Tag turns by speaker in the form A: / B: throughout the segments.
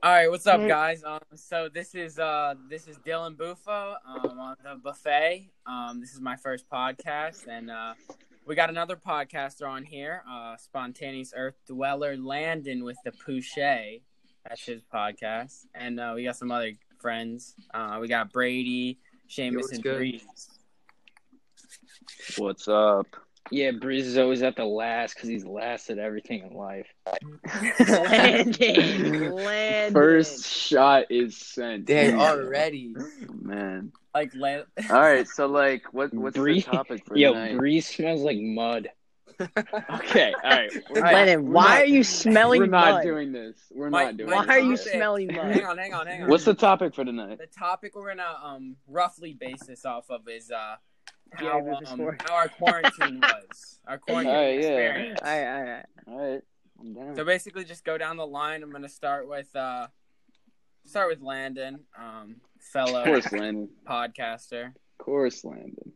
A: All right, what's up, guys? Um, so this is uh, this is Dylan Bufo um, on the buffet. Um, this is my first podcast, and uh, we got another podcaster on here, uh, spontaneous Earth Dweller Landon with the Pouche. That's his podcast, and uh, we got some other friends. Uh, we got Brady,
B: Yo,
A: Seamus,
B: what's
A: and
B: good?
A: Breeze.
C: What's up?
D: Yeah, Breeze is always at the last because he's last at everything in life.
B: Landon, Landon.
C: First shot is sent.
B: Damn,
C: Man,
B: already.
C: man.
A: Like, la-
C: All right, so like, what what's
D: Bree-
C: the topic for
D: Yo,
C: tonight?
D: Breeze smells like mud.
C: okay, all right. We're not,
A: Landon,
C: we're
B: why
C: not-
B: are you
C: We're
B: smelling
C: not
B: mud?
C: doing this. We're
A: My-
C: not doing.
A: my
B: Why
C: this.
B: are you
A: topic-
B: smelling
A: hang
B: mud?
A: on, hang on, hang on.
C: What's the topic for tonight?
A: the topic we're gonna um roughly base this off of is uh
B: Yeah,
A: how,
B: this is
A: um,
B: for-
A: how our quarantine was, our quarantine
C: Alright, yeah.
A: experience.
B: All right, all right.
C: All right, I'm down.
A: So basically, just go down the line. I'm gonna start with uh, start with Landon, um, fellow
C: Of course, Landon.
A: podcaster.
C: Of course, Landon.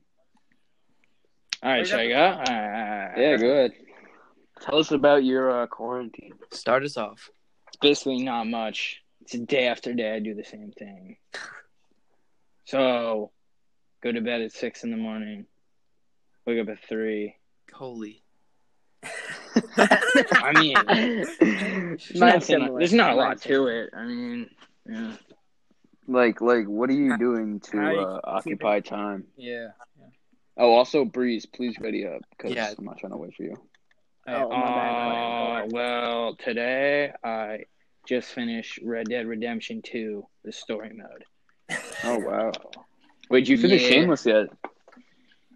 D: All right,
A: Is
D: should
A: that-
D: I go? All right, all right, all
C: Yeah,
D: right.
C: go ahead. Tell us about your uh, quarantine.
B: Start us off.
D: It's basically not much. It's day after day. I do the same thing. So, go to bed at six in the morning. Wake up at three.
B: Holy.
D: I mean, there's nothing,
B: similar.
D: there's not a
B: Not
D: lot to it. I mean, yeah.
C: Like, like, what are you doing to
A: How you
C: uh, occupy time?
A: Yeah.
C: Oh, also, Breeze, please ready up because
B: Yeah.
C: I'm not trying to wait for you.
B: Oh, my
D: Uh,
B: bad.
D: well, today I just finished Red Dead Redemption 2, the story mode.
C: Oh wow! Wait, did you finish
D: Yeah.
C: Shameless yet?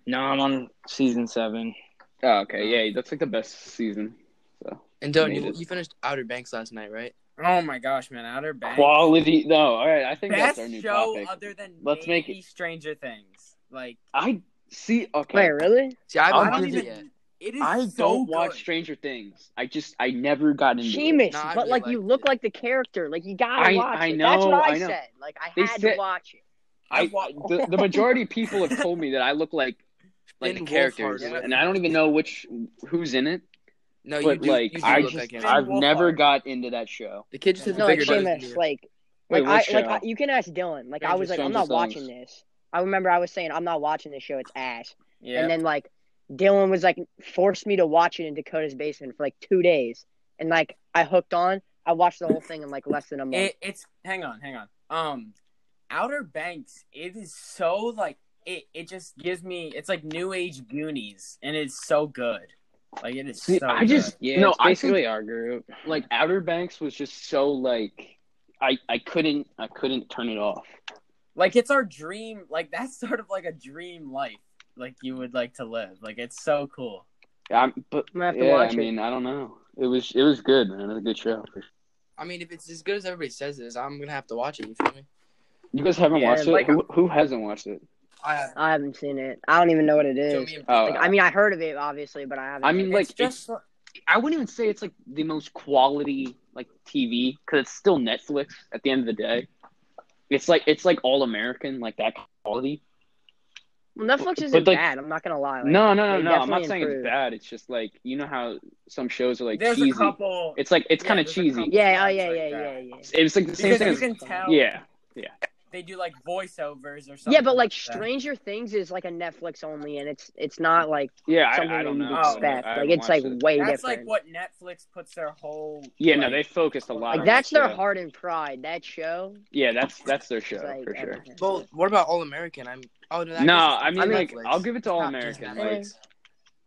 D: No, I'm on season 7.
C: Oh, okay, yeah, that's like the best season. So
B: And Dylan,
C: Made
B: you,
C: it.
B: you finished Outer Banks last night, right?
A: Oh my gosh, man! Outer Banks.
C: quality. No, all right. I think
A: Best
C: that's our new
A: show
C: topic.
A: other than
C: Let's make
A: maybe Stranger Things. Like
C: I see. Okay,
B: Wait,
D: really?
B: See, I
C: I
B: haven't
C: don't
B: watched it
A: even-
B: yet.
A: it is.
C: I
A: so
C: don't
A: good.
C: watch Stranger Things. I just I never got into. it.
E: Seamus,
B: Nah, I
E: but
B: really
E: like you
B: liked
E: look
B: it.
E: like the character. Like you gotta
C: I-
E: watch
C: I
E: it. That's
C: know,
E: what I,
C: I know.
E: said. Like I
C: They
E: had
C: said-
E: to watch it.
C: I,
A: I've wa-
C: the, the majority of people have told me that I look like like
B: Finn
C: the characters,
B: Wolfhard.
C: and I don't even know which who's in it.
B: No, you
C: but
B: do,
C: like
B: you do
C: I
B: look
C: just
B: like him.
A: I-
C: I've
A: Wolfhard.
C: never got into that show.
B: the kid just has
E: No,
B: a
E: like
B: bigger nose than
E: Seamus,
B: you.
E: like
C: Wait,
E: like I
C: which
E: like
C: show?
E: I, you can ask Dylan. Like I
B: Stranger
E: was like, I'm
C: Things
E: not
C: songs.
E: watching this. I remember I was saying I'm not watching this show. It's ass.
A: Yeah.
E: And then like Dylan was like forced me to watch it in Dakota's basement for like two days, and like I hooked on. I watched the whole thing in like less than a month.
A: It, it's hang on, hang on. Um, Outer Banks. It is so like it. It just gives me. It's like New Age Goonies, and it's so good. Like it is.
C: See,
A: so
C: I
A: good.
C: just
D: Yeah,
C: no.
D: it's
C: I think
D: basically our group.
C: like Outer Banks was just so like I I couldn't I couldn't turn it off.
A: like it's our dream. Like that's sort of like a dream life. Like you would like to live. Like it's so cool.
C: i but
E: I'm gonna have to
C: yeah,
E: watch
C: I
E: it.
C: mean I don't know. It was it was good man. It was a good show.
B: I mean, if it's as good as everybody says it is, I'm gonna have to watch it. You feel me?
C: You guys haven't
A: Yeah,
C: watched it.
A: like-
C: who, who hasn't watched it?
B: I have.
E: I haven't seen it. I don't even know what it
B: So
E: is.
B: me and
C: Oh,
E: Like, I mean, I heard of it obviously, but I haven't.
C: I mean, like
A: it's just
C: I wouldn't even say it's like the most quality like TV because it's still Netflix at the end of the day. It's like it's like all American like that quality.
E: well, Netflix isn't
C: like-
E: bad. I'm not gonna lie. Like,
C: no, no, no,
E: they
C: no. I'm not
E: definitely
C: saying
E: improved.
C: it's bad. It's just like you know how some shows are like
A: there's
C: cheesy.
A: a couple.
C: It's like it's
A: yeah,
C: kind of
A: there's a
C: cheesy.
A: couple
E: Yeah. Oh
A: sides
E: yeah.
A: like that.
E: Yeah. Yeah. Yeah.
C: It was like the same
A: Because
C: thing.
A: you
C: as-
A: can tell.
C: yeah,
A: They do like voiceovers or something.
E: Yeah, but like
A: that.
E: Stranger Things is like a Netflix only, and it's it's not like
C: yeah.
E: something
C: I, I don't
E: that
C: know.
E: you'd expect.
C: I
E: like
C: haven't
E: it's like
C: watched it.
E: way
A: That's like
E: different.
A: what Netflix puts their whole.
C: Yeah, no,
A: like,
C: they focused a lot.
E: like
C: on
E: that's
C: that
E: their
C: show.
E: heart and pride. That show.
C: Yeah, that's that's their show
E: is like
C: for
B: uh,
C: sure.
E: everything.
B: Well, what about All American? I'm. Oh no. that
C: No,
B: goes-
C: I mean,
B: it's
C: like,
B: Netflix.
C: I'll give it to
B: It's
C: All
B: not just
C: American,
B: Netflix.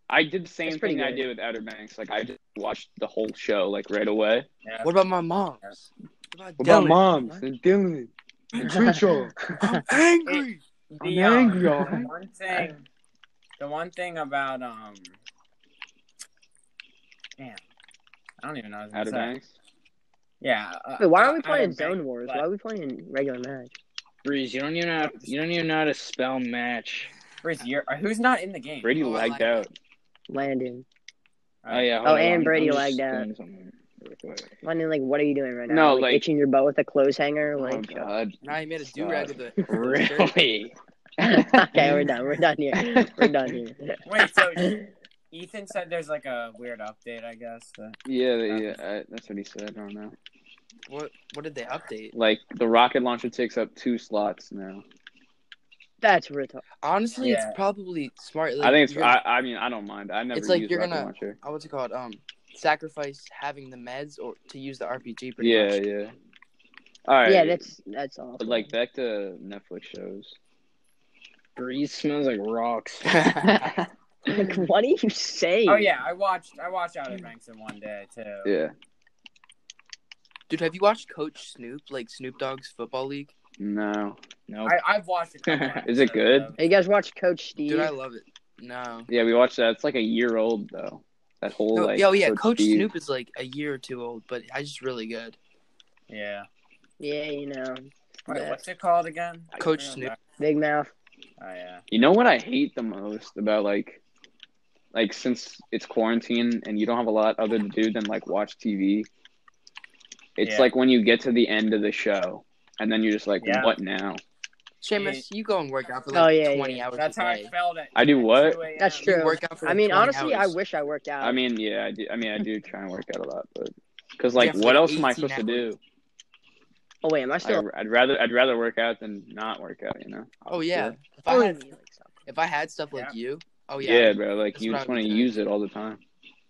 C: I did the same
E: It's pretty
C: thing I
E: good.
C: did with Outer Banks. Like I just watched the whole show like right away.
A: Yeah.
B: what about my mom's? What about, Dylan?
C: and Dylan and Trisha?
B: I'm angry.
E: Oh,
A: The, um, the one thing, the one thing about um, damn, I don't even know. What I was
C: Outer
A: gonna say.
C: Banks.
A: Yeah. Uh,
E: Wait, why are we
A: Outer
E: playing
A: Banks,
E: Zone Wars?
A: but-
E: Why are we playing regular match?
D: Breeze, you don't even know. You don't even know how to spell match.
A: Where's your- uh, who's not in the game?
C: Brady
B: Oh, I
C: lagged
B: like
C: out.
E: Landon.
D: Oh yeah.
E: Oh, and Brady lagged out.
D: doing something real quick.
E: Landon, like, what are you doing right now?
C: No,
E: like,
C: like-
E: itching your butt with a clothes hanger.
C: Oh
E: Like,
C: God.
B: Now you made a do rag with a.
D: Really?
E: okay, we're done. We're done here. We're done here.
A: Wait, so Ethan said there's like a weird update, I guess. But
C: Uh, Yeah, yeah. I, that's what he said. I don't know.
B: What What did they update?
C: Like the rocket launcher takes up two slots now.
E: That's retarded.
B: Honestly,
A: Yeah.
B: it's probably smart. Like,
C: I think it's.
B: you're gonna-
C: I, I mean, I don't mind. I never
B: It's like
C: used
B: you're
C: rocket
B: gonna-
C: launcher.
B: uh, what's it called? Um, sacrifice having the meds or to use the RPG. Pretty
C: Yeah,
B: much.
C: yeah. All right.
E: Yeah, that's that's awful.
C: But like back to Netflix shows.
D: Breeze smells like rocks.
E: Like, what are you saying?
A: Oh yeah, I watched I watched Outer Banks in one day too.
C: Yeah.
B: Dude, have you watched Coach Snoop, like Snoop Dogg's football league?
C: No.
D: nope.
A: I, I've watched it.
C: Is it good?
E: Hey, you guys watch Coach Steve?
B: Dude, I love it. No.
C: Yeah, we watched that. It's like a year old though. That whole
B: No,
C: like.
B: yo, yeah,
C: Coach
B: Coach
C: Steve-
B: Snoop is like a year or two old, but I just really good.
A: Yeah.
E: yeah, you know,
A: Wait,
E: Yeah.
A: what's it called again?
B: Coach
A: forgot
B: Snoop.
A: that.
E: Big Mouth.
A: Oh yeah.
C: You know what I hate the most about like, like since it's quarantine and you don't have a lot other to do than like watch TV. It's
A: Yeah.
C: like when you get to the end of the show, and then you're just like,
A: Yeah.
C: "What now?"
B: Seamus, you go and work out for
E: Oh,
B: like
E: yeah,
B: twenty
E: yeah.
B: hours
A: That's
B: a
A: how I
B: day.
A: felt it.
C: I do what?
E: That's
B: You
E: true.
B: work out for
E: I
B: like,
E: mean,
B: 20
E: honestly,
B: hours.
E: I wish I worked out.
C: I mean, yeah, I do. I mean, I do try and work out a lot, but because
B: Yeah,
C: like,
B: for,
C: what
B: like,
C: else am I
B: 18
C: supposed to
B: hours.
C: do?
E: oh wait, am I still?
C: I, would rather I'd rather work out than not work out. You know?
B: Oh yeah. If I
E: Oh,
B: had
E: yeah, like, so.
B: if I had stuff like you, oh
C: Yeah,
B: yeah.
C: bro. Like
B: That's
C: you
B: what
C: just
B: I would
C: want to
B: do.
C: use it all the time.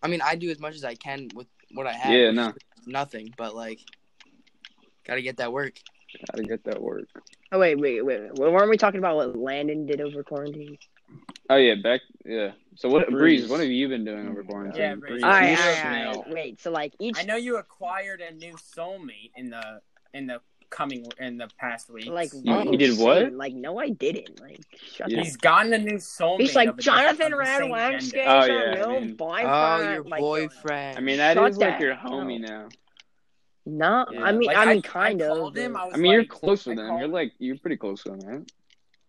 B: I mean, I do as much as I can with what I have.
C: Yeah,
B: which
C: no.
B: is Nothing, but like, gotta get that work.
C: Gotta get that work.
E: Oh wait, wait, wait, wait. Weren't we talking about what Landon did over quarantine?
C: Oh yeah, back yeah. So what, Breeze?
D: Breeze.
C: What have you been doing over quarantine?
A: Yeah, Breeze.
E: All right,
D: Breeze
E: all right, all
D: smell.
E: right. Wait, so like each
A: I know you acquired a new soulmate in the in the coming in the past week.
E: like
C: You-
E: what
C: you did what?
E: scene, Like no, I didn't. Like shut
C: Yeah.
E: the
A: he's gotten a new soulmate.
E: He's like
A: of a
E: Jonathan
A: different- of the
E: Rad
A: same
E: Waxgate.
A: gender."
C: Oh,
E: Oh
C: yeah,
E: yeah,
C: I mean-
B: Oh, your boyfriend.
C: I mean, that
E: Shut
C: is like
E: that.
C: your homie now.
E: No,
A: Yeah.
E: I mean,
A: Like,
E: I mean, kind of.
A: called him,
E: but-
A: I, was
C: I mean, you're
A: like-
C: close with
A: I
C: him.
A: called-
C: You're like you're pretty close with him, right?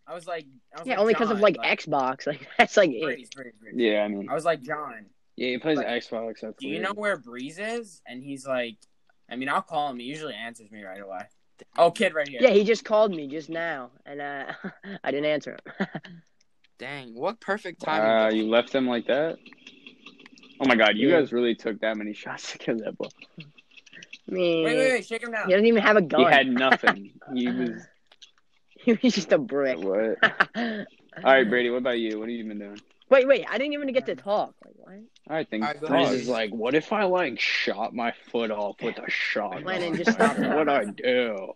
A: I was like, I was
E: Yeah,
A: like,
E: only because of
A: John,
E: like Xbox. Like that's like it.
A: Breeze, Breeze, Breeze.
C: Yeah, I mean,
A: I was like, John,
D: Yeah, he plays
A: Like,
D: Xbox. That's
A: do you
D: weird.
A: know where Breeze is? And he's like, I mean, I'll call him. He usually answers me right away. Oh, kid, right here.
E: Yeah, he just called me just now, and uh, I didn't answer him.
B: Dang, what perfect
C: wow,
B: timing.
C: Uh, you left him like that. Oh my God, you
E: Yeah.
C: guys really took that many shots against that ball.
E: I mean,
A: Wait, wait, wait, shake him down.
E: he doesn't even have a
C: He
E: gun.
C: had nothing. he was
E: He was just a brick.
C: what?
E: All
C: All right, Brady. What about you? What have you been doing?
E: Wait, wait, I didn't even get to talk. Like what?
C: All right, thanks.
B: All right, go
C: Dog.
D: Breeze is like, what if I like shot my foot off with a shotgun?
E: Lennon,
D: Like,
E: just stop it.
D: what I do?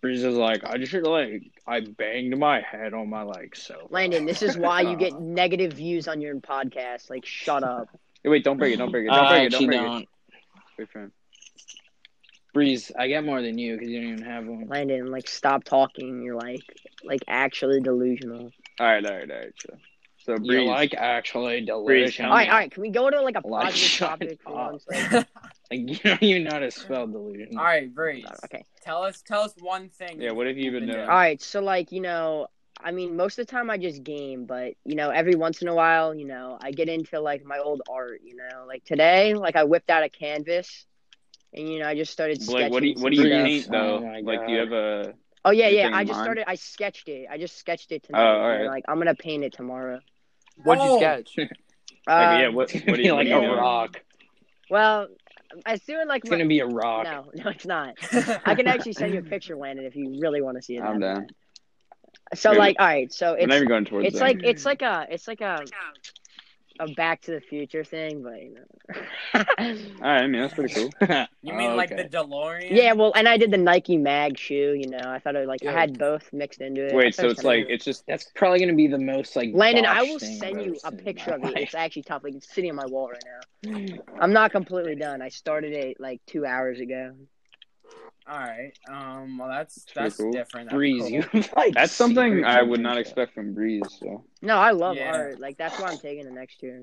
D: Breeze is like, I just like I banged my head on my like so.
E: Landon, this is why you get negative views on your podcast. Like shut up.
C: Hey, wait, don't break it. Don't break it. Don't
D: I
C: break it. Don't
D: actually
C: break
D: don't.
C: it. Wait for him.
D: Breeze, I get more than you because you don't even have one.
E: Landon, like stop talking. You're like like actually delusional.
C: All right, all right, all right. So, so
D: You're
C: Breeze,
D: like actually
C: Breeze,
D: delusion.
E: All right, all right. Can we go to like a
D: Like,
E: positive
D: shut
E: topic for
D: up.
E: once? Like,
D: Like you don't even know how to spell delusion.
A: All right, Breeze.
E: okay.
A: Tell us, tell us one thing.
C: yeah. What have you been doing?
E: All right. So like you know, I mean, most of the time I just game, but you know, every once in a while, you know, I get into like my old art. You know, like today, like I whipped out a canvas, and you know, I just started sketching.
C: Blake, what do you, what do
E: some
C: you
E: stuff.
D: breeze.
C: paint though?
D: Oh my
C: like, do you have a?
E: Oh yeah, yeah.
C: anything
E: I
C: in
E: just
C: mind?
E: started. I sketched it. I just sketched it tonight.
C: Oh,
E: and,
C: alright.
E: Like I'm gonna paint it tomorrow.
B: What'd you
A: Oh.
B: sketch?
E: Uh,
C: like, yeah, what? What
D: It's gonna
C: do
D: be
C: you
D: like
E: yeah.
D: a rock?
E: Well, I was doing like
D: It's
E: my-
D: gonna be a rock.
E: no, no, it's not. I
A: I
E: can actually send you a picture, Landon, if you really want to see it.
C: I'm down.
E: So
C: Dude.
E: like, all right. So
C: We're
E: it's
C: not even going towards.
E: it's
C: that.
E: like it's like a it's like a a Back to the Future thing, but you know.
C: All right, I mean that's pretty cool.
A: You mean
D: Oh,
A: like
D: okay.
A: the DeLorean?
E: yeah, well, and I did the Nike Mag shoe. You know, I thought it like I
B: Yeah.
E: had both mixed into it. I
C: Wait,
E: thought
C: so
E: it
C: it's
E: kinda
C: like
E: weird.
C: it's just
D: That's probably gonna be the most like.
E: Landon, I
D: botched
E: will
D: thing
E: send
D: I've
E: you
D: ever
E: a
D: seen in
E: picture
D: my
E: of it.
D: life.
E: It's actually tough. Like it's sitting on my wall right now. I'm not completely done. I started it like two hours ago.
A: All right. Um. Well, that's
C: pretty
A: that's
C: cool.
A: different. That's
D: Breeze,
A: cool.
D: you have, like
C: that's something
D: secret
C: I would not
D: potential.
C: expect from Breeze. So
E: No, I love
A: Yeah.
E: art. Like that's why I'm taking the next year.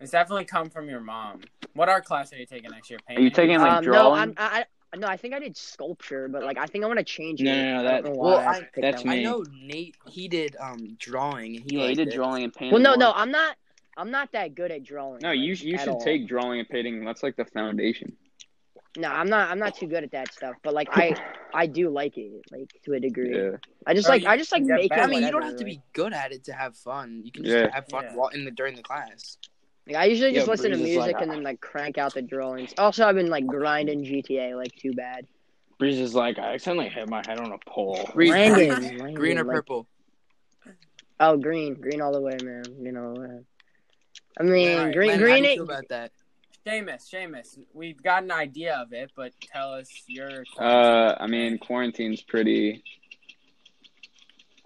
A: It's definitely come from your mom. What art class are you taking next year?
C: are you taking like
E: um, no,
C: drawing?
E: I'm I, I no, I think I did sculpture, but like I think I want to change it.
D: No, no, no,
E: I don't
D: that-
E: know
B: well,
E: why
B: I-
E: picked
D: that's
E: that
D: me.
E: one.
B: I know Nate. He did um drawing. And he
C: yeah, he
B: liked
C: did
B: it.
C: drawing and painting.
E: Well, no, no,
C: once.
E: I'm not. I'm not that good at drawing.
C: No, you
E: like,
C: you
E: at
C: should
E: all.
C: take drawing and painting. That's like the foundation.
E: No, I'm not. I'm not too good at that stuff. But like I, I do like it, like to a degree.
C: Yeah.
E: I just
A: Oh,
E: like
A: you
E: I just like
A: can get
E: making.
A: better.
B: I mean, you don't
E: whatever,
B: have to
E: like-
B: be good at it to have fun. You can just
C: Yeah.
B: have fun
A: Yeah.
B: while in the during the class.
E: Like I usually just
D: Yo,
E: listen to
D: Breeze is
E: music
D: like,
E: and then like crank out the drawings. Also, I've been like grinding GTA like too bad.
D: Breeze is like, I accidentally hit my head on a pole.
B: Breeze,
E: Grinding,
B: green,
E: grinding,
B: green or
E: like-
B: purple?
E: Oh, green, green all the way, man. Green all the way. I mean,
A: Alright,
E: green,
B: Len,
E: green.
B: How do you
E: It,
B: feel about that?
A: Seamus, Seamus, we've got an idea of it, but tell us your.
C: Uh, I mean, quarantine's pretty.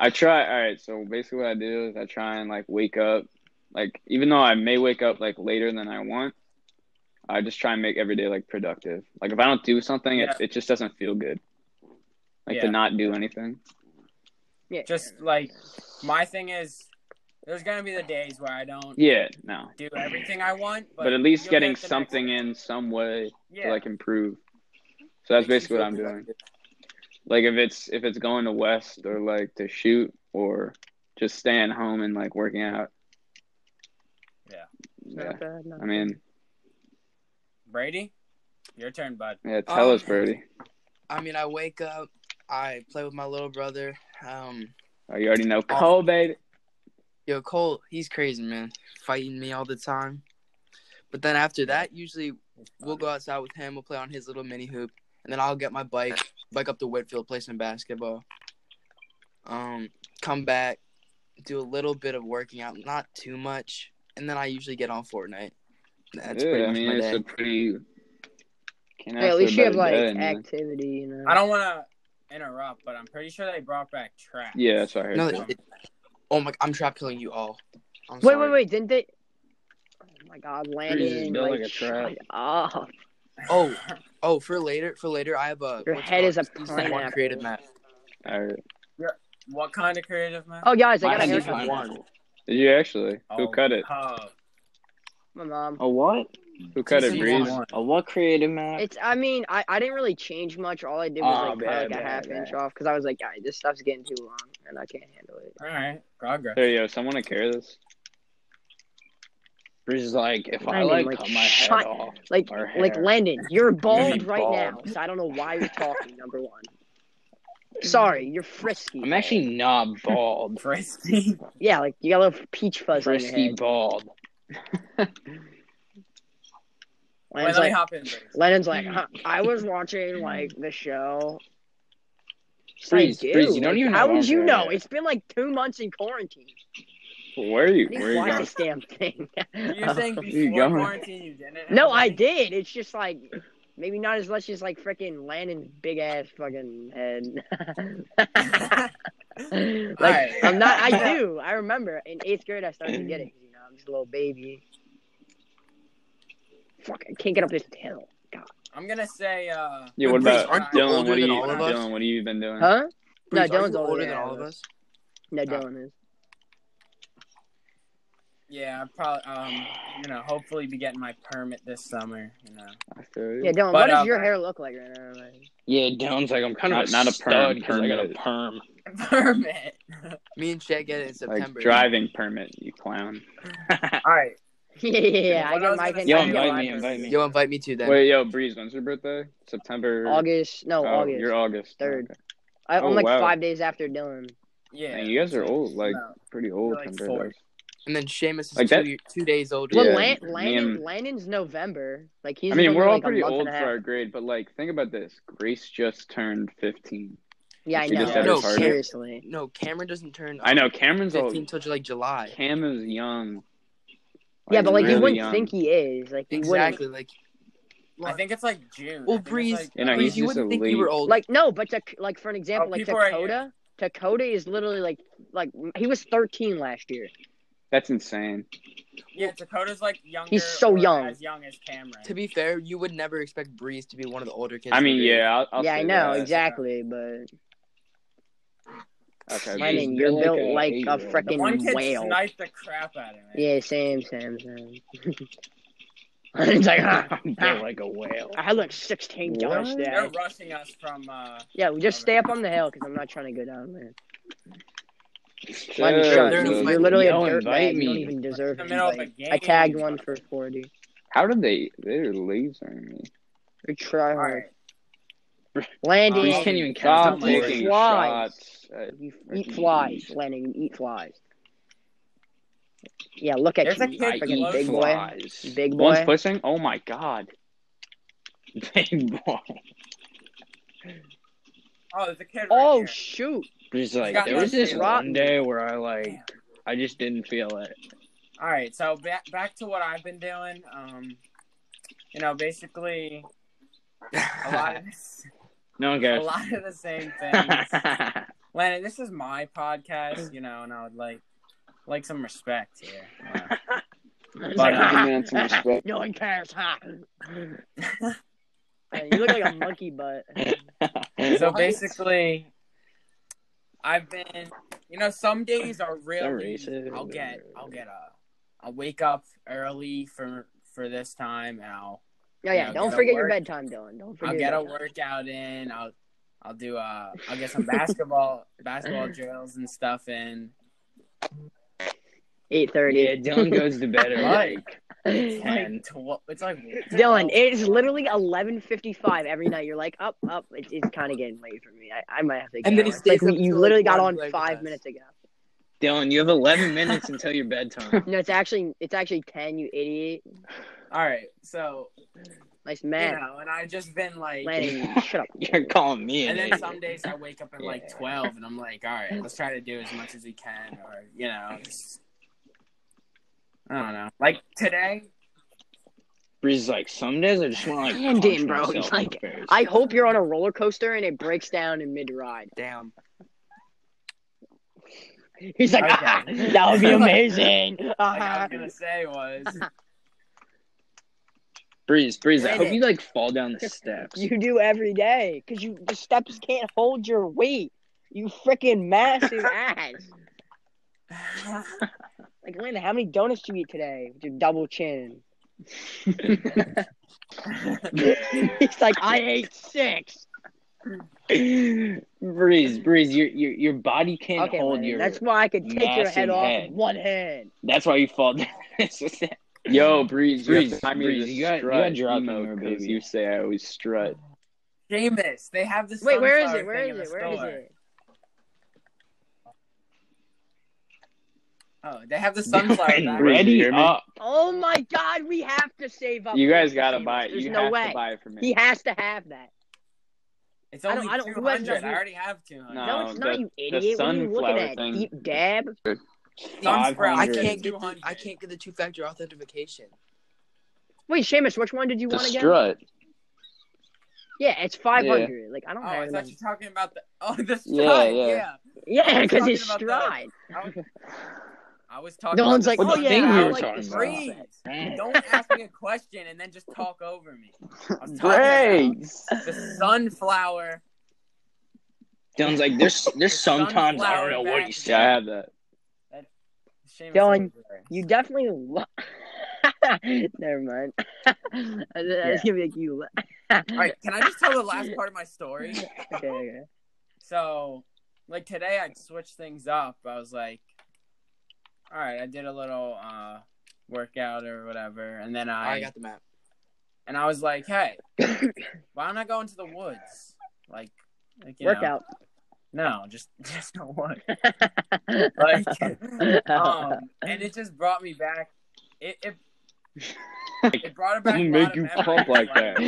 C: I try. All right, so basically, what I do is I try and like wake up, like even though I may wake up like later than I want, I just try and make every day like productive. Like if I don't do something,
A: Yeah.
C: it, it just doesn't feel good. Like
A: Yeah.
C: to not do anything. Uh,
E: yeah,
A: just like my thing is, there's gonna be the days where I don't
C: Yeah, no.
A: do everything I want, but,
C: But, at least
A: you'll get
C: getting
A: it the next
C: something
A: day.
C: in some way
A: Yeah,
C: to like improve. So that's
A: Makes you
C: basically what
A: feel
C: I'm doing.
A: productive.
C: like if it's if it's going to west or like to shoot or just staying home and like working out
A: Yeah.
C: yeah
E: not bad, not
C: i mean
A: Brady, your turn, bud.
C: yeah tell
B: Um,
C: us birdie
B: I mean, I wake up, I play with my little brother. Um,
C: oh, you already know cole baby
B: yo, Cole, he's crazy, man, fighting me all the time. But then after that, usually we'll go outside with him. We'll play on his little mini hoop, and then I'll get my bike, bike up to Whitfield, play some basketball. Um, come back, do a little bit of working out, not too much, and then I usually get on Fortnite. That's pretty
C: yeah, i
B: much
C: mean
B: my
C: it's
B: day.
C: a pretty can't
E: bad. Hey, at
C: ask
E: least
C: for a
E: you have
C: better
E: like
C: day, man.
E: activity, you know.
A: I don't want to interrupt, but I'm pretty sure they brought back track.
C: yeah that's what i heard
B: No,
C: too.
B: it- oh my! I'm trap killing you all. I'm
E: Wait,
B: sorry.
E: wait, wait! Didn't they? Oh my God,
D: Breeze is
E: Landon!
D: built
E: Like,
D: like a trap.
E: shut up.
B: Oh, oh, for later, for later, I have a.
E: Your
B: what's it
E: head
B: called?
E: is a
B: Season one
E: pineapple.
B: Creative map.
C: all right
A: What kind of creative man?
E: Oh, guys, I
D: My
E: got a
D: head is
E: haircut.
D: a one.
C: did you actually who
A: Oh,
C: cut it
A: Oh,
E: My mom.
D: A what?
C: who cut it
B: Season
C: breeze
B: one.
D: A what creative map?
E: It's. I mean, I, I didn't really change much. All I did was
D: Oh,
E: like
D: bad,
E: cut like a
D: bad,
E: half
D: bad.
E: inch off because I was like, "Alright, this stuff's getting too long and I can't handle it.
A: all right, progress.
C: there you go someone to carry this
D: Breeze is like, if I
E: Landon,
D: like
E: like,
D: cut my head
E: shut-
D: off,
E: Like
D: Or
E: like
D: hair.
E: Landon, you're bald
D: mean
E: right
D: bald.
E: now, so I don't know why you're talking. Number one. Sorry, you're frisky.
D: I'm actually not bald.
A: Frisky.
E: Yeah, like you got a little peach fuzz on your
D: Frisky
E: head.
D: bald.
A: Wait,
E: Landon's
A: let me
E: like,
A: hop in. Brady.
E: Landon's like, huh, I was watching like the show. It's
D: Breeze,
E: like,
D: Breeze,
E: dude,
D: you don't
E: like,
D: even
E: How
D: have
E: would you
D: armpit
E: know?
D: hair.
E: It's been like two months in quarantine.
C: where are you
E: Let
C: where
E: me
C: are you
E: watch
C: going
E: this damn thing.
A: You're saying before
C: you going?
A: quarantine you didn't?
E: no,
A: have
E: I
A: any?
E: did. It's just like maybe not as much as like freaking Landon's big ass fucking head. like
A: Alright.
E: I'm not. I do. I remember in eighth grade I started to get it. You know, I'm just a little baby. Fuck, I can't get up this hill. God,
A: I'm gonna say. uh
C: yeah what
B: Breeze,
C: about
B: aren't you
C: dylan
B: older
C: what are
B: than
C: you
B: all of us?
C: dylan what have you been doing
E: huh?
B: Breeze,
E: no,
B: are
E: Dylan's
B: you older than
E: yeah,
B: all of us.
E: No,
B: Oh.
E: Dylan is.
A: Yeah, I probably. Um, you know, hopefully be getting my permit this summer. You know,
C: I feel you.
E: Yeah,
A: But,
E: Dylan. what does
A: um,
E: your hair look like right now? Like,
D: Yeah, Dylan's like, I'm kind
C: Not-
D: of
C: not
D: not
C: a
D: a
C: perm,
D: stud because I got a
C: permanent.
D: perm.
A: permit.
B: Me and Shay get it in
C: like
B: September.
C: driving permit you clown
A: All right.
E: yeah, I
A: What I was
E: get my.
A: gonna say-
E: I get
D: Yo, invite
E: mine
D: me,
E: for
D: invite me.
B: Yo, invite me too then.
C: Wait, yo, Breeze, when's your birthday? September.
E: August. No,
C: Oh,
E: August.
C: You're August.
E: Third.
C: Okay.
E: I, I'm
C: Oh,
E: like
C: wow.
E: five days after Dylan.
A: Yeah.
C: Man, you guys are old, like
A: No.
C: pretty old
A: You're, like,
C: compared
A: four.
C: to us.
B: And then Seamus is
C: Like
B: two,
C: that-
B: year- two days older.
E: Well,
C: Yeah,
E: Lan-
C: me
E: Landon,
C: and-
E: Landon's November. Like he's.
C: I mean,
E: only,
C: we're all
E: like, a
C: pretty
E: month
C: old
E: and
C: for
E: a half.
C: our grade, but like, think about this. Grace just turned 15.
E: Yeah, I
C: She
E: know.
C: just
B: had
E: no,
B: his heart out.
E: seriously.
B: No, Cameron doesn't turn.
C: I know Cameron's
B: 15
C: old.
B: until like July.
C: Cam is young.
E: yeah, but like
C: really
E: he wouldn't
C: young.
E: think he is. Like he
B: Exactly. Like,
A: I think it's like June.
B: well,
A: I think it's,
B: Breeze,
A: like,
C: You know,
B: Breeze,
C: he's
B: you
C: just
B: wouldn't
C: a
B: think we
C: lead.
B: were old.
E: wouldn't. Like no, but to, like for an example,
A: Oh,
E: like
A: people right here.
E: Dakota. Dakota is literally like like he was 13 last year.
C: That's insane.
A: yeah, Dakota's like younger.
E: He's so
A: or
E: young.
A: As young as Cameron.
B: to be fair, you would never expect Breeze to be one of the older kids.
C: I
B: in the
C: mean,
B: grade.
C: yeah, I'll, I'll
E: yeah,
C: say
E: I know
C: that.
E: exactly, but
C: Okay,
D: Yeah,
E: Landon,
D: he's
E: you're
D: built
E: built
D: like
E: like
D: a
E: a
D: eight-year-old.
A: the one
E: freaking
A: kid
E: whale.
A: sniped the crap out of him.
E: Yeah, same, same, same. Landon's like, huh,
D: I'm built like a whale.
E: I look 16 dollars
A: They're
E: there.
A: rushing us from. uh
E: Yeah, we just stay up on the hill because I'm not trying to go down there.
C: Breeze.
E: Why don't you
C: Sure,
E: shut
B: They're
E: up?
B: in a
C: dude.
B: fight.
E: You're literally a
D: Yo, invite
E: dirtbag. You don't
D: me.
E: even deserve
A: In
E: it.
A: the middle of a game.
E: I tagged one for 40.
C: How did they? They're lasering me.
E: Or try
A: All
E: hard.
A: right.
E: Landon,
D: Breeze
A: Um,
D: can't even
C: Stop
D: catch
E: my word.
C: taking
E: Flies.
C: shots. Uh,
E: you eat flies. Landon, you eat flies. Yeah, look at
A: There's a
E: you,
A: kid
E: freaking
A: close
E: big boy.
D: flies.
E: You Big
C: One's
E: boy.
C: pushing. Oh my god.
D: Big boy.
A: Oh, there's a kid right
E: Oh
A: here.
E: shoot!
D: Just like
A: got
D: there was
A: nothing.
D: this one
E: Rotten.
D: day where I like I just didn't feel it.
A: All right, so back back to what I've been doing. Um, you know, basically a lot of
D: No
A: a
D: guys.
A: lot of the same things. Landon, this is my podcast, you know, and I would like like some respect here. Yeah.
C: Like,
A: uh,
C: give man some respect.
E: No one cares, huh? Man, you look like a monkey butt.
A: so basically, I've been, you know, some days are
D: They're
A: really.
D: racist.
A: I'll get, I'll get a, I'll wake up early for for this time, and I'll
E: Yeah, yeah.
A: Yeah,
E: Don't
A: get
E: forget
A: up
E: your
A: work.
E: bedtime, Dylan. Don't forget.
A: I'll
E: your
A: get a
E: bedtime.
A: workout in. I'll I'll do uh I'll get some basketball basketball drills and stuff in.
E: Eight thirty.
D: Yeah, Dylan goes to bed at like
A: It's like
D: ten.
A: tw- it's like
E: Dylan, it's literally eleven fifty-five every night. You're like, up, up. It's, it's kind of getting late for me. I, I might have to. Go.
B: And then he
E: It's
B: stays
E: like,
B: up
E: you
B: till,
E: literally
B: like,
E: got
B: one
E: on
B: leg
E: five
B: press.
E: minutes ago.
D: Dylan, you have eleven minutes until your bedtime.
E: No, it's actually it's actually ten. You idiot.
A: all right. So
E: Nice
A: you
E: man.
A: know, and I've just been like,
E: Landon, shut up.
D: You're calling me an
A: and then
D: idiot.
A: some days I wake up at like
D: Yeah.
A: twelve, and I'm like, all right, let's try to do as much as we can, or you know, just, I don't know. Like today,
D: Bree's like, some days I just want to like
E: Man,
D: punch
E: Dylan, bro, he's
D: myself in the
E: like,
D: face.
E: I hope you're on a roller coaster and it breaks down in mid-ride.
B: Damn.
E: He's like,
A: Okay.
E: "Ah, that would be amazing.
A: like I
E: Uh-huh.
A: was gonna say was,
D: Breeze, Breeze, I
E: Wait
D: hope
E: it.
D: you like fall down the steps.
E: You do every day because you the steps can't hold your weight. You freaking massive ass. Like, Linda, how many donuts do you eat today with your double chin? He's like, I ate six.
D: Breeze, Breeze, your your your body can't
E: Okay,
D: hold
E: Landon,
D: your.
E: that's why I could take your head
D: massive
E: off
D: head.
E: with one hand.
D: That's why you fall down. It's just that-
C: Yo, Breeze, you
D: Breeze,
C: have to remind me
D: Breeze,
C: to
D: you got- you
C: strut
D: got drop
C: emo
D: humor,
C: 'cause
D: baby.
C: You say I always strut.
A: Jameis, they have this.
E: Wait, where is
A: sunflower
E: it? Where
A: thing
E: is
A: in
E: it?
A: the
E: Where is
A: store.
E: it?
A: Oh, they have the sunflower.
D: Dylan,
A: back.
C: Breeze, you
D: ready
C: hear me?
D: up.
E: Oh my God, we have to save up.
C: You
E: for
C: guys
E: this
C: gotta
E: game.
C: buy it.
E: There's
C: You
E: no
C: have
E: way.
C: to buy it for me.
E: He has to have that.
A: It's
E: I
A: only
E: don't- I don't-
A: two
E: who has
A: hundred.
E: no-
A: I already have two hundred.
E: No,
C: No,
E: it's
C: Um, the-
E: not, you idiot. What are you looking
C: sunflower
E: at?
C: thing.
E: Deep dab?
A: I
B: I
D: 500.
B: can't get the, I can't get the two factor authentication.
E: Wait, Seamus, which one did you
C: The
E: want again?
C: strut.
E: Yeah, it's 500. Like, I
A: Oh,
E: don't
A: I
E: have
A: thought
E: enough.
A: you were talking about the oh the strut.
C: Yeah,
A: Yeah,
C: yeah.
E: Yeah, because
A: talking
E: it's
A: about the-
E: stride.
A: I was talking.
E: No
A: about
E: one's
A: the
E: like,
D: Well,
E: oh,
D: the
E: yeah,
D: thing we
E: I
D: were
E: like
D: talking
E: the
D: about.
E: stride.
A: Breeze, don't ask me a question and then just talk over me. I was talking
C: Breeze.
A: about the sunflower.
D: Dylan's like, there's there's sometimes I don't know what
A: Sunflower
D: he
C: Yeah, I
D: said.
C: have that.
A: Seamus
E: Dylan,
A: is there.
E: You definitely. Lo- Never mind. I was- I was gonna be like you.
A: All right, can I just tell the last part of my story?
E: Okay, okay.
A: So, like today, I switched things up. I was like, all right, I did a little uh, workout or whatever, and then
B: I got the map.
A: and I was like, hey, why don't I go into the woods? Like, like you know,
E: Workout.
A: no, just just no wood. Like,
B: Oh.
A: um, and it just brought me back. It it, it brought it back. a
C: Doesn't
A: lot
C: make
A: of
C: you
A: memories,
C: pump like
A: Like,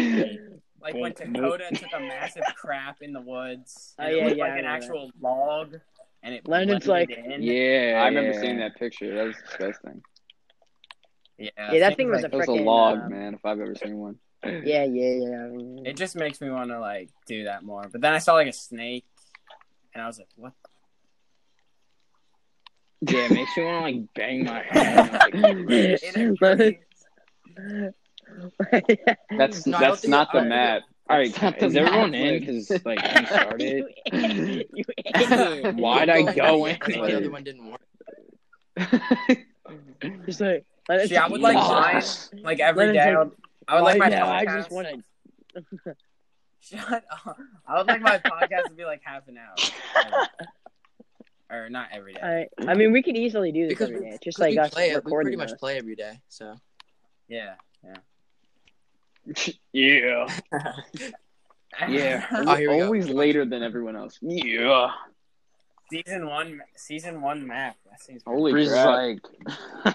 A: like when Dakota took a massive crap in the woods. and
E: Oh,
A: it
E: yeah,
A: looked
E: yeah, I
A: like an
E: remember.
A: actual log, and it
E: Landon's
A: blended in.
D: Yeah,
C: I remember
D: yeah.
C: seeing that picture. That was disgusting.
A: yeah,
E: Yeah, that
A: things
E: thing was
A: like-
C: That was a
E: Frickin',
C: log,
E: uh,
C: man. If I've ever seen one.
E: yeah, yeah, yeah. yeah.
A: It just makes me want to like do that more. But then I saw like a snake, and I was like, what?
D: Yeah, it makes me want to like bang my head. Like,
A: the-
C: That's
B: No, I don't
C: that's
B: think-
C: not the
B: I-
C: map. All right,
D: is everyone in? Because like we started.
E: You- you-
D: Why'd I go in?
B: That's why the other one didn't work.
E: Just like, let it-
A: See, I would like
E: Nah.
A: mine like every
E: Let it
A: day. I
E: take-
A: would, I would like my
E: Right now, I just
A: podcast-
E: want to.
A: Shut up. I would like my podcast to be like half an hour. or not every day.
E: I, I mean, we could easily do this
B: Because
E: every
B: we-
E: day, just
B: Because
E: like
B: we
E: us
B: play it, we
E: recording.
B: pretty much
E: this.
B: play every day. So
A: Yeah.
D: Yeah, yeah.
C: I'm
B: Oh, here we go.
C: always later than everyone else. Yeah.
A: Season one, season one map. That seems
C: Holy
D: Breeze is
C: crap!
D: like,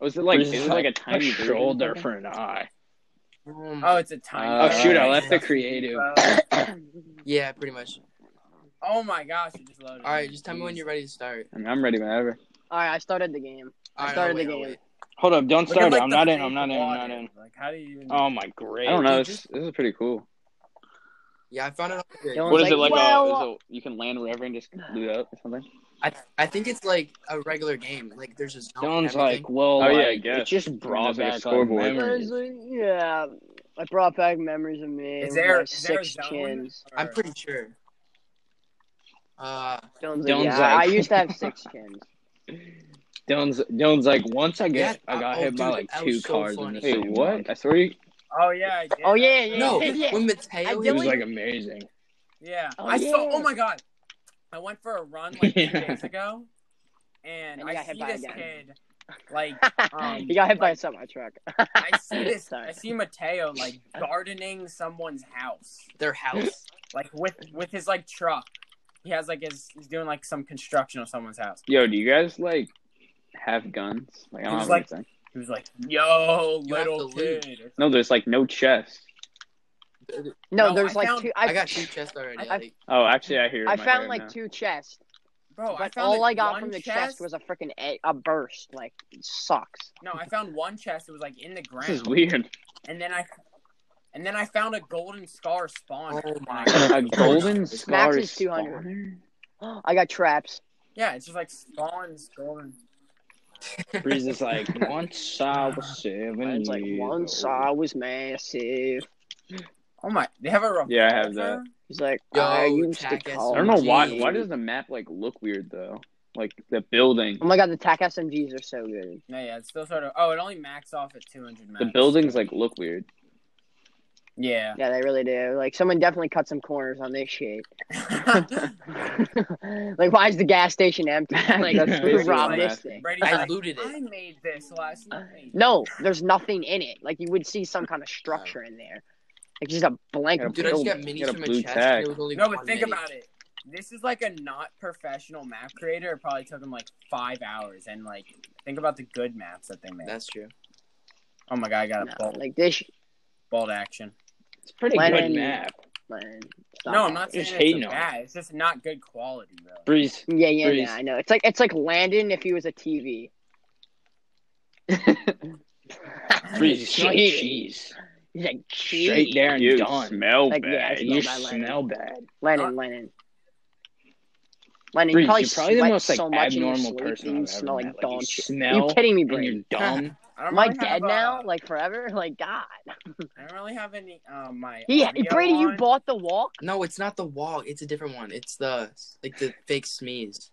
C: was it like
D: Breeze
C: it was like a tiny version or
D: shoulder
C: something?
D: for an eye.
B: Um,
A: Oh, it's a tiny.
C: Uh,
D: oh shoot! I
C: Alright.
D: left the creative.
B: yeah, pretty much.
A: Oh my gosh, it just loaded.
B: All right, just tell me when you're ready to start.
C: I mean, I'm ready whenever.
E: All right, I started the game.
B: All right,
E: started
B: I'll wait,
E: the
B: I'll
E: game.
B: wait.
D: Hold up! Don't
A: Look at,
D: start it.
A: like,
D: I'm
A: the
D: not in.
A: fake
D: I'm not in. I'm not
A: water.
D: in.
A: Like, how do you? Even...
D: Oh my great!
C: I don't know.
B: you
C: This, this is pretty cool.
B: Yeah, I found it.
E: Dylan-
B: On
C: What
E: What
C: is
E: is like,
C: it like?
E: well-
C: a, is it, you can land wherever and just loot up or something.
B: I I think it's like a regular game. Like there's a zone. and
D: Dylan's
B: everything.
D: like, well,
C: Oh, yeah, I
D: like, it
C: guess.
D: just
C: there's, like,
D: brought
C: a
D: back like,
C: scoreboard.
D: memories.
E: Yeah, I brought back memories of me.
A: Is
E: with
A: there
E: my
A: is there a
E: six
A: zone?
E: chins?
A: Or-
B: I'm pretty sure. Uh,
E: Dylan's like,
D: Dylan's
E: yeah,
D: like-
E: I used to have six chins.
D: Dylan's Dylan's like, once I
B: Yeah,
D: get, I got
B: oh,
D: hit by
B: dude,
D: like
B: that
D: two
B: was so
D: cards in
B: funny.
D: the
C: Hey,
D: same
C: what?
D: round.
C: I swear you.
A: Oh yeah. I did.
E: Oh, yeah, yeah.
B: no,
E: yeah.
B: when
E: I
B: Mateo
D: It was
E: Dylan-
D: like amazing.
A: Yeah.
E: Oh,
A: I saw.
E: yeah.
A: Oh my god. I went for a run like two
D: Yeah.
A: days ago, and,
E: And you
A: I
E: got hit
A: see
E: by a
A: this
E: gun.
A: kid. Like Um,
E: he got hit by a
A: like-
E: semi truck.
A: I see this.
E: Sorry.
A: I see Mateo like gardening someone's house,
B: their house.
A: like with with his like truck. He has like his he's doing like some construction of someone's house.
C: Yo, do you guys like have guns? Like I
A: It
C: don't
A: was
C: have
A: like-
C: anything.
A: He was like, "Yo,
B: You have
A: little
B: to loot.
A: kid."
C: No, there's like no chest.
E: No,
A: No,
E: there's
A: I
E: like
A: found-
E: two. I,
B: I got two chests already.
E: I-
B: like,
C: Oh, actually, I hear. it
E: I
C: in my
E: found
C: head
E: like
C: now.
E: two chests,
A: Bro, Oh, I
E: but
A: found
E: all
A: like,
E: I got
A: one
E: from the chest,
A: chest,
E: was a freaking a, a burst. Like it sucks.
A: no. I found one chest. It was like in the ground,
C: This is weird.
A: and then I and then I found a golden scar spawn.
B: Oh my
C: a golden
B: Max
C: scar
E: is 200.
C: spawner?
E: I got traps.
A: Yeah, it's just like spawns golden.
D: Breeze is like, once I was seven
E: It's like
D: years
E: once
D: old."
E: I was massive.
A: Oh my! They have a revolver.
C: Yeah, I have
E: He's like,
B: Yo,
E: I used to
B: Jack S.
E: call.
C: I don't know why.
E: him
C: Why
E: G.
C: does the map like look weird though? Like the building.
E: Oh my god, the TAC SMGs are so good.
A: No, yeah, it's still sort of. Oh, it only maxed off at two hundred.
C: The buildings like look weird.
A: Yeah.
E: Yeah, they really do. Like, someone definitely cut some corners on this shit. like, why is the gas station empty? Like,
D: That's
E: who
D: basically
E: robbed
A: what
E: this
C: I'm
E: thing?
A: Brady's
B: I
A: like,
B: looted
A: I
B: it.
A: made this last night.
E: No, there's nothing in it. Like, you would see some kind of structure in there. Like, just a blank.
C: Yeah,
B: Dude, I just got
C: You
B: minis
C: got a
B: from a
C: blue
B: chest.
C: tag.
B: And it was only
A: No,
B: one
A: but think
B: mini.
A: about it. This is like a not professional map creator. It probably took him like five hours. And like, think about the good maps that they made.
B: That's true.
A: oh my god, I got a
E: No,
A: bold,
E: like, this.
A: bold action.
D: It's a pretty
E: Lennon-
D: good map.
E: Man, stop.
A: No, I'm not
D: Just
A: saying it's
D: hating on
A: bad. It's just not good quality, bro.
D: Breeze,
E: Yeah, yeah,
D: Breeze.
E: yeah. I know. It's like it's like Landon if he was a TV.
D: Breeze, it's not
E: Cheese.
D: cheese.
E: He's like,
D: Straight
E: Straight
D: there and
C: You
D: done.
C: smell
E: Like, yeah,
C: bad.
E: I
D: You
E: smell bad, Lennon.
D: smell bad.
A: Uh,
E: Lennon, Lennon. Lennon,
D: Breeze,
E: you probably,
D: you're probably the
E: sweat
D: most like
E: so much in your
D: abnormal
E: sleep
D: person
E: and you
D: I've
E: smell like
D: ever met. Like,
E: dog
D: you
E: shit.
D: smell
E: you kidding me,
D: and
E: Brady?
D: you're dumb.
A: I don't
E: Am I
A: really
E: dead
A: have, uh,
E: now? Like forever? Like God.
A: I don't really have any. Uh, my.
E: Yeah,
A: audio
E: Brady, you
A: on.
E: bought the walk.
B: No, it's not the wall. It's a different one. It's the like the fake sneeze.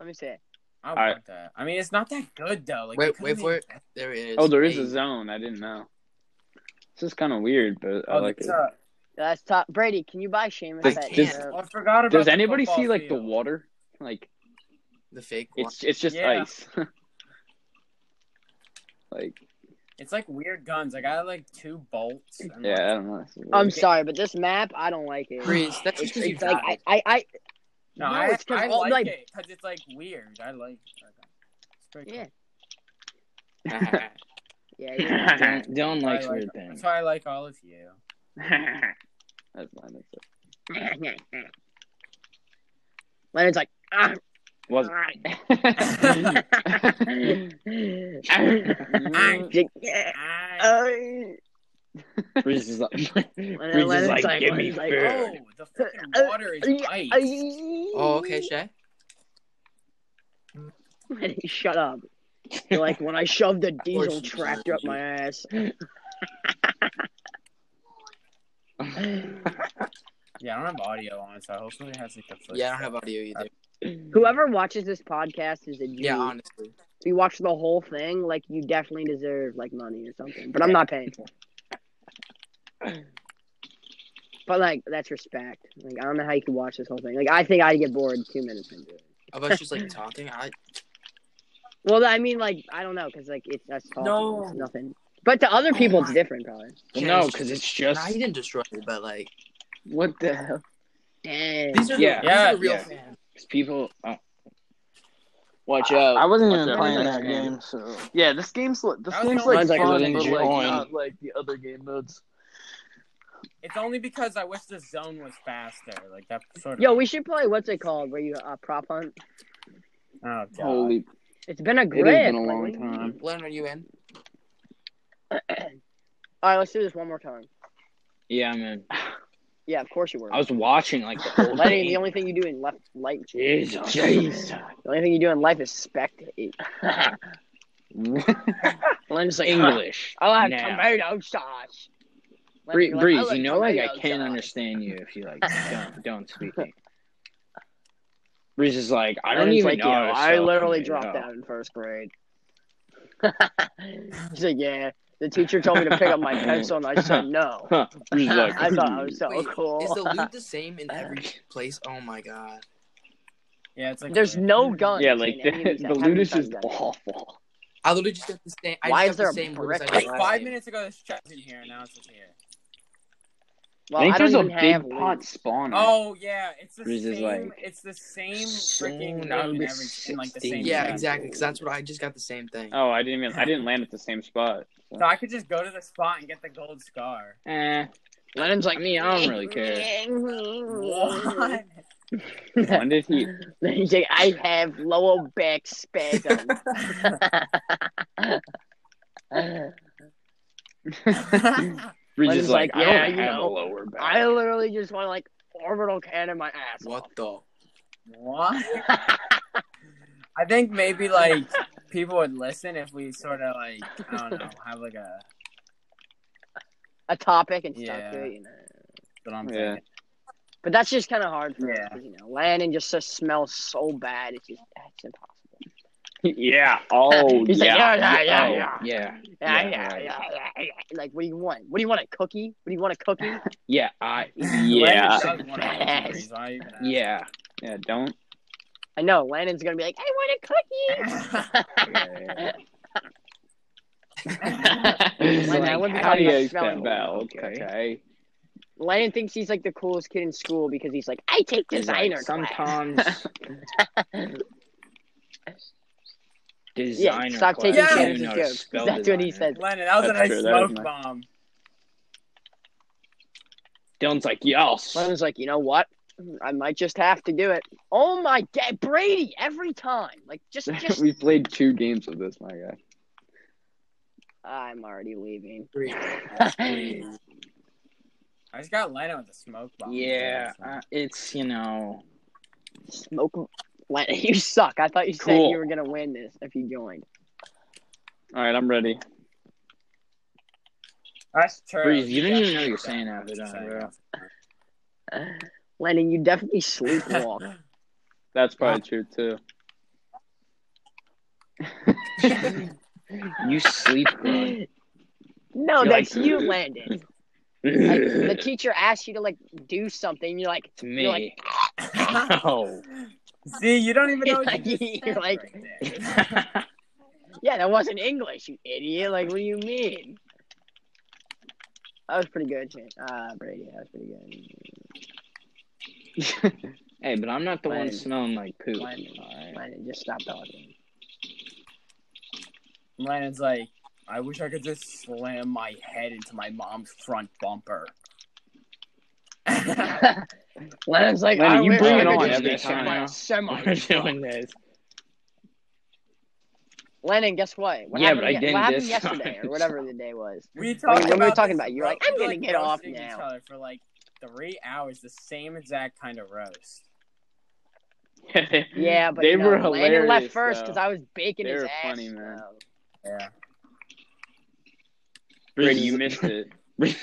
E: Let me see. it.
A: I want
C: I-
A: that. I mean, it's not that good though. Like,
B: Wait-
A: they could've
B: wait for
A: made-
B: There it is.
C: Oh, there is
B: Hey,
C: a zone. I didn't know. This is kind of weird, but I
A: Oh,
C: like
A: that's,
C: it.
A: uh, oh,
E: That's top. Brady, can you buy Seamus
C: Like,
E: that?
B: just-
E: uh,
A: I forgot about.
C: Does
A: the
C: anybody
A: football
C: see like the
A: field.
C: water? Like
B: The fake. Wall.
C: it's it's just
A: Yeah.
C: ice. like
A: It's like weird guns. I got like two bolts. And,
C: yeah, I
A: like-
C: don't know. This is
E: I'm
C: weird.
E: sorry, but this map, I don't like it.
B: Breeze. That's
E: It's,
B: just 'cause you
E: it's like
B: died.
E: I, I, I
A: no,
E: No,
A: I,
E: it's 'cause
A: I
E: all-
A: like,
E: like-
A: it because it's like weird. I like. It. Okay. It's pretty
E: yeah,
A: cool.
E: yeah. yeah.
D: Dylan
A: I
D: likes
A: like
D: weird
A: it.
D: things.
A: That's why I like all of you.
C: That's mine. That's it.
E: Leonard's like, ah,
C: Was Mm.
E: like, yeah.
A: I,
E: uh,
D: Breeze is like, Breeze is
E: Leonard's
D: like,
E: like-
D: give me
E: Leonard's like,
A: oh,
D: food.
A: the fucking water is
E: yeah,
A: ice.
B: Oh, okay, Shay.
E: Shut up. You're like when I shoved a diesel
B: course.
E: tractor up my ass.
A: Yeah, I don't have audio on, so hopefully it has like the. foot
B: Yeah, I don't have audio either.
E: Whoever watches this podcast is a G.
B: Yeah, honestly.
E: if you watch the whole thing, like you definitely deserve like money or something. But I'm not paying for it. But like that's respect. Like I don't know how you can watch this whole thing. Like I think I'd get bored two minutes into it.
B: Of us just like talking. I
E: Well, I mean, like I don't know, cause like it's us talking.
A: No.
E: It's nothing. But to
B: Oh
E: other people, it's different, probably.
D: Well, no, because it's just.
B: Nah, he didn't destroy it, but like
C: what the hell?
E: Damn.
B: these are
D: Yeah.
B: the, these are the real
C: Yeah.
B: fans.
D: Because people, uh, watch
C: I-
D: out.
C: I wasn't
D: Watch
C: even
D: out for
C: playing
D: next
C: that game,
D: so
C: Yeah, this game's li- this
A: That was
C: game's
A: the only
C: like
D: Mine's like
C: fun,
D: living
C: but like
D: join.
C: not like the other game modes.
A: It's only because I wish the zone was faster. Like that sort of.
E: Yo, we should play what's it called? Where you uh, prop hunt?
A: Oh god.
C: Holy,
E: It's been a
D: it
E: grip.
D: has been a
E: like,
D: long
E: what-
D: time.
B: Len, are you in?
E: All right, let's do this one more time.
D: Yeah, man.
E: Yeah, of course you were.
D: I was watching like the whole
E: Lenny, the
D: thing.
E: only thing you do in life, life
D: Jesus.
E: the only thing you do in life is spectate. Lenny's like,
D: English.
E: I'll have
D: now.
E: tomato sauce.
D: Bree,
E: Lenny's like,
D: Breeze,
E: "I'll have
D: you know, like I
E: tomato
D: can't
E: sauce."
D: understand you if you like don't don't speak. Breeze is like I don't
E: Lenny's
D: even
E: like,
D: know.
E: "Yo,
D: how to
E: I
D: spell
E: literally
D: tomato."
E: dropped out in first grade. He's like, yeah. The teacher told me to pick up my pencil, and I said no.
D: Huh. Breeze is like,
E: I thought I was so
B: Wait,
E: cool.
B: Is the loot the same in every place? Oh my god.
A: Yeah, it's like
E: There's no guns.
C: yeah, like
E: in any of these.
C: the,
E: I
C: the
E: haven't
C: loot is
E: done
C: just
E: guns.
C: awful.
B: I literally just got the same. I
E: Why
B: just
E: is
B: got
E: there
B: the
E: a
B: same
E: brick
B: loot as I
A: like
B: did last
A: five
B: game.
A: minutes ago. This chat was in here, and now it's just here.
E: Well,
C: I think
E: I don't
C: there's a
E: even have
C: big pot
E: loot.
C: spawner.
A: Oh yeah, it's the
D: This
A: same.
D: is like,
A: it's the same
D: so
A: freaking
D: now
A: room in
D: we're
A: every in like the
D: 16.
A: same.
B: Yeah,
A: chat.
B: exactly. Because that's what I just got the same thing.
C: Oh, I didn't even I didn't land at the same spot.
A: So I could just go to the spot and get the gold scar.
D: eh. Lenon's like me. I don't really care.
A: What?
C: When did he?
E: He's like, I have lower back spasm.
D: Breeze
E: Lenon's
D: is like,
E: like,
D: I
E: yeah,
D: don't
E: you
D: have a
E: know,
D: lower back.
E: I literally just want to like orbital cannon my ass.
B: What the?
A: what? I think maybe like people would listen if we sort of like I don't know have like a
E: A topic and stuff
A: Yeah.
E: to it, you know.
A: that I'm
C: Yeah.
A: thinking.
E: But that's just kind of hard for
A: Yeah.
E: us, 'cause, you know. Landon just, just smells so bad. It's just it's impossible.
C: yeah. Oh,
E: He's
C: yeah.
E: like, yeah, yeah, yeah,
D: Oh,
E: yeah.
D: yeah,
E: Yeah,
D: Yeah,
E: yeah, yeah,
D: right.
E: yeah, yeah. Like, what do you want? What do you want? A cookie? What do you want? A cookie?
D: yeah, I,
C: Oh, Yeah.
A: Lennon does want to go to Greece, I even asked.
D: yeah.
C: yeah. Don't.
E: I know Landon's gonna be like, I want a cookie.
D: It's
E: Lennon, I
D: like,
E: wouldn't be
C: How do
E: talking
C: you
E: about
C: expect
E: smelling.
C: that?
D: Okay.
C: Okay.
E: Landon thinks he's like the coolest kid in school because he's like, I take
D: He's like,
E: designer class.
D: sometimes designer
E: stop
D: class.
E: taking
D: I don't
A: chances,
D: know how to
E: Jacob.
D: spell
E: That's what he
D: designer.
E: said.
A: Lennon, that was
C: That's
A: a nice
C: true, that was
A: smoke
C: nice.
A: bomb.
D: Dylan's like, yes.
E: Lennon's like, you know what? I might just have to do it. Oh my god, Brady! Every time, like, just, just.
C: we played two games of this, my guy.
E: I'm already leaving.
B: Three.
A: I just got Lennon with a smoke bomb.
D: Yeah, uh, it's you know.
E: Smoke. Lennon, you suck. I thought you said
D: Cool.
E: you were gonna win this if you joined.
C: All right, I'm ready.
A: that's true.
D: Breeze, you didn't even know you were
A: were
D: saying that, did I, bro?
E: Lennon, you definitely sleepwalk.
C: That's probably true too.
D: You sleep good.
E: no,
D: You're
E: that's
D: like-
E: you, Landon. Like, the
D: it's
E: teacher asks you to like do something. You're like,
D: me. Oh.
E: You're like-
D: Ow.
A: See, you don't even know what
E: Like,
A: you just
E: you're
A: said
E: like-
A: right there.
E: yeah, that wasn't English, you idiot. Like, what do you mean? That was pretty good, man. Uh, Brady, that was pretty good.
D: hey, but I'm not the one
E: Lennon.
D: smelling like poop.
E: Lennon.
D: alright?
E: Landon, just stop talking.
A: Lennon's like, I wish I could just slam my head into my mom's front bumper. I
E: Lennon's like,
C: Lennon,
E: I
C: you
E: wish
C: bring
E: I
C: it
E: could
C: on
E: just
C: every
E: get hit
D: time.
E: by a semi.
D: We're doing this.
E: Lennon, guess what? what
D: Yeah,
E: happened
D: but I
E: ye-
D: didn't
E: What happened
D: this
E: yesterday
D: time.
E: or whatever the day was?
A: We talked
E: What were we
A: about
E: talking
A: this-
E: about? You're like, I'm
A: we were,
E: gonna get off
A: roasting
E: now.
A: Each other for like three hours, the same exact kind of roast.
E: Yeah, but
C: they
E: no,
C: were
E: Landon
C: hilarious.
E: left first
C: though.
E: because I was baking
C: They
E: his
C: were
E: ass.
C: funny, man.
E: though.
A: Yeah.
C: Brady, you missed it.
D: Breeze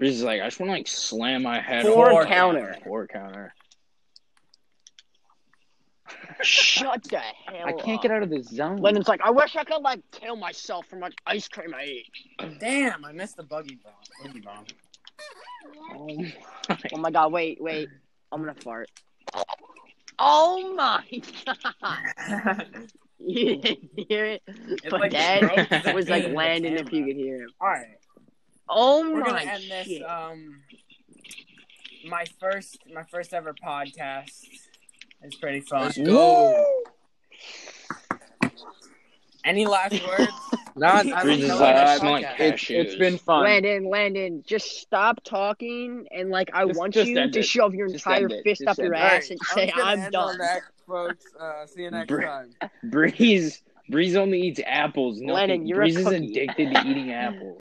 D: is like, I just want to like slam my head.
E: Four
D: on the
E: counter.
D: Four counter.
E: Shut the hell
C: I can't get out of the zone.
E: Lennon's like, I wish I could like kill myself from much ice cream I eat.
A: Damn, I missed the buggy bomb. Buggy bomb.
D: Oh my.
E: Oh my god, wait, wait. I'm gonna fart. Oh my god. You didn't hear it?
A: It's
E: But
A: like
E: that
A: broke the
E: was like
A: camera.
E: Landon if you could hear him.
A: All right,
E: Oh
A: we're
E: my
A: gonna end
E: shit.
A: this. Um, my first my first ever podcast. It's pretty fun.
B: Let's go.
A: Any last words?
B: Not, I
C: We
B: don't
C: just
B: know
C: like,
B: what
C: I'm
B: the
D: like,
B: podcast-
C: It's, it's been fun.
E: Landon, Landon, just stop talking and like I
D: Just-
E: want
D: just
E: you
D: end
E: to
D: it.
E: shove your
D: Just
E: entire
D: end it.
E: fist
D: Just
E: up your
D: end it.
E: ass and
B: I'm
E: say
B: just gonna
E: I'm
B: end on
E: done.
B: that, folks. Uh, see you next
D: Bruh.
B: time.
D: Breeze Breeze only eats apples. Nothing.
E: Lennon, you're a
D: Breeze is
E: cookie.
D: addicted to eating apples.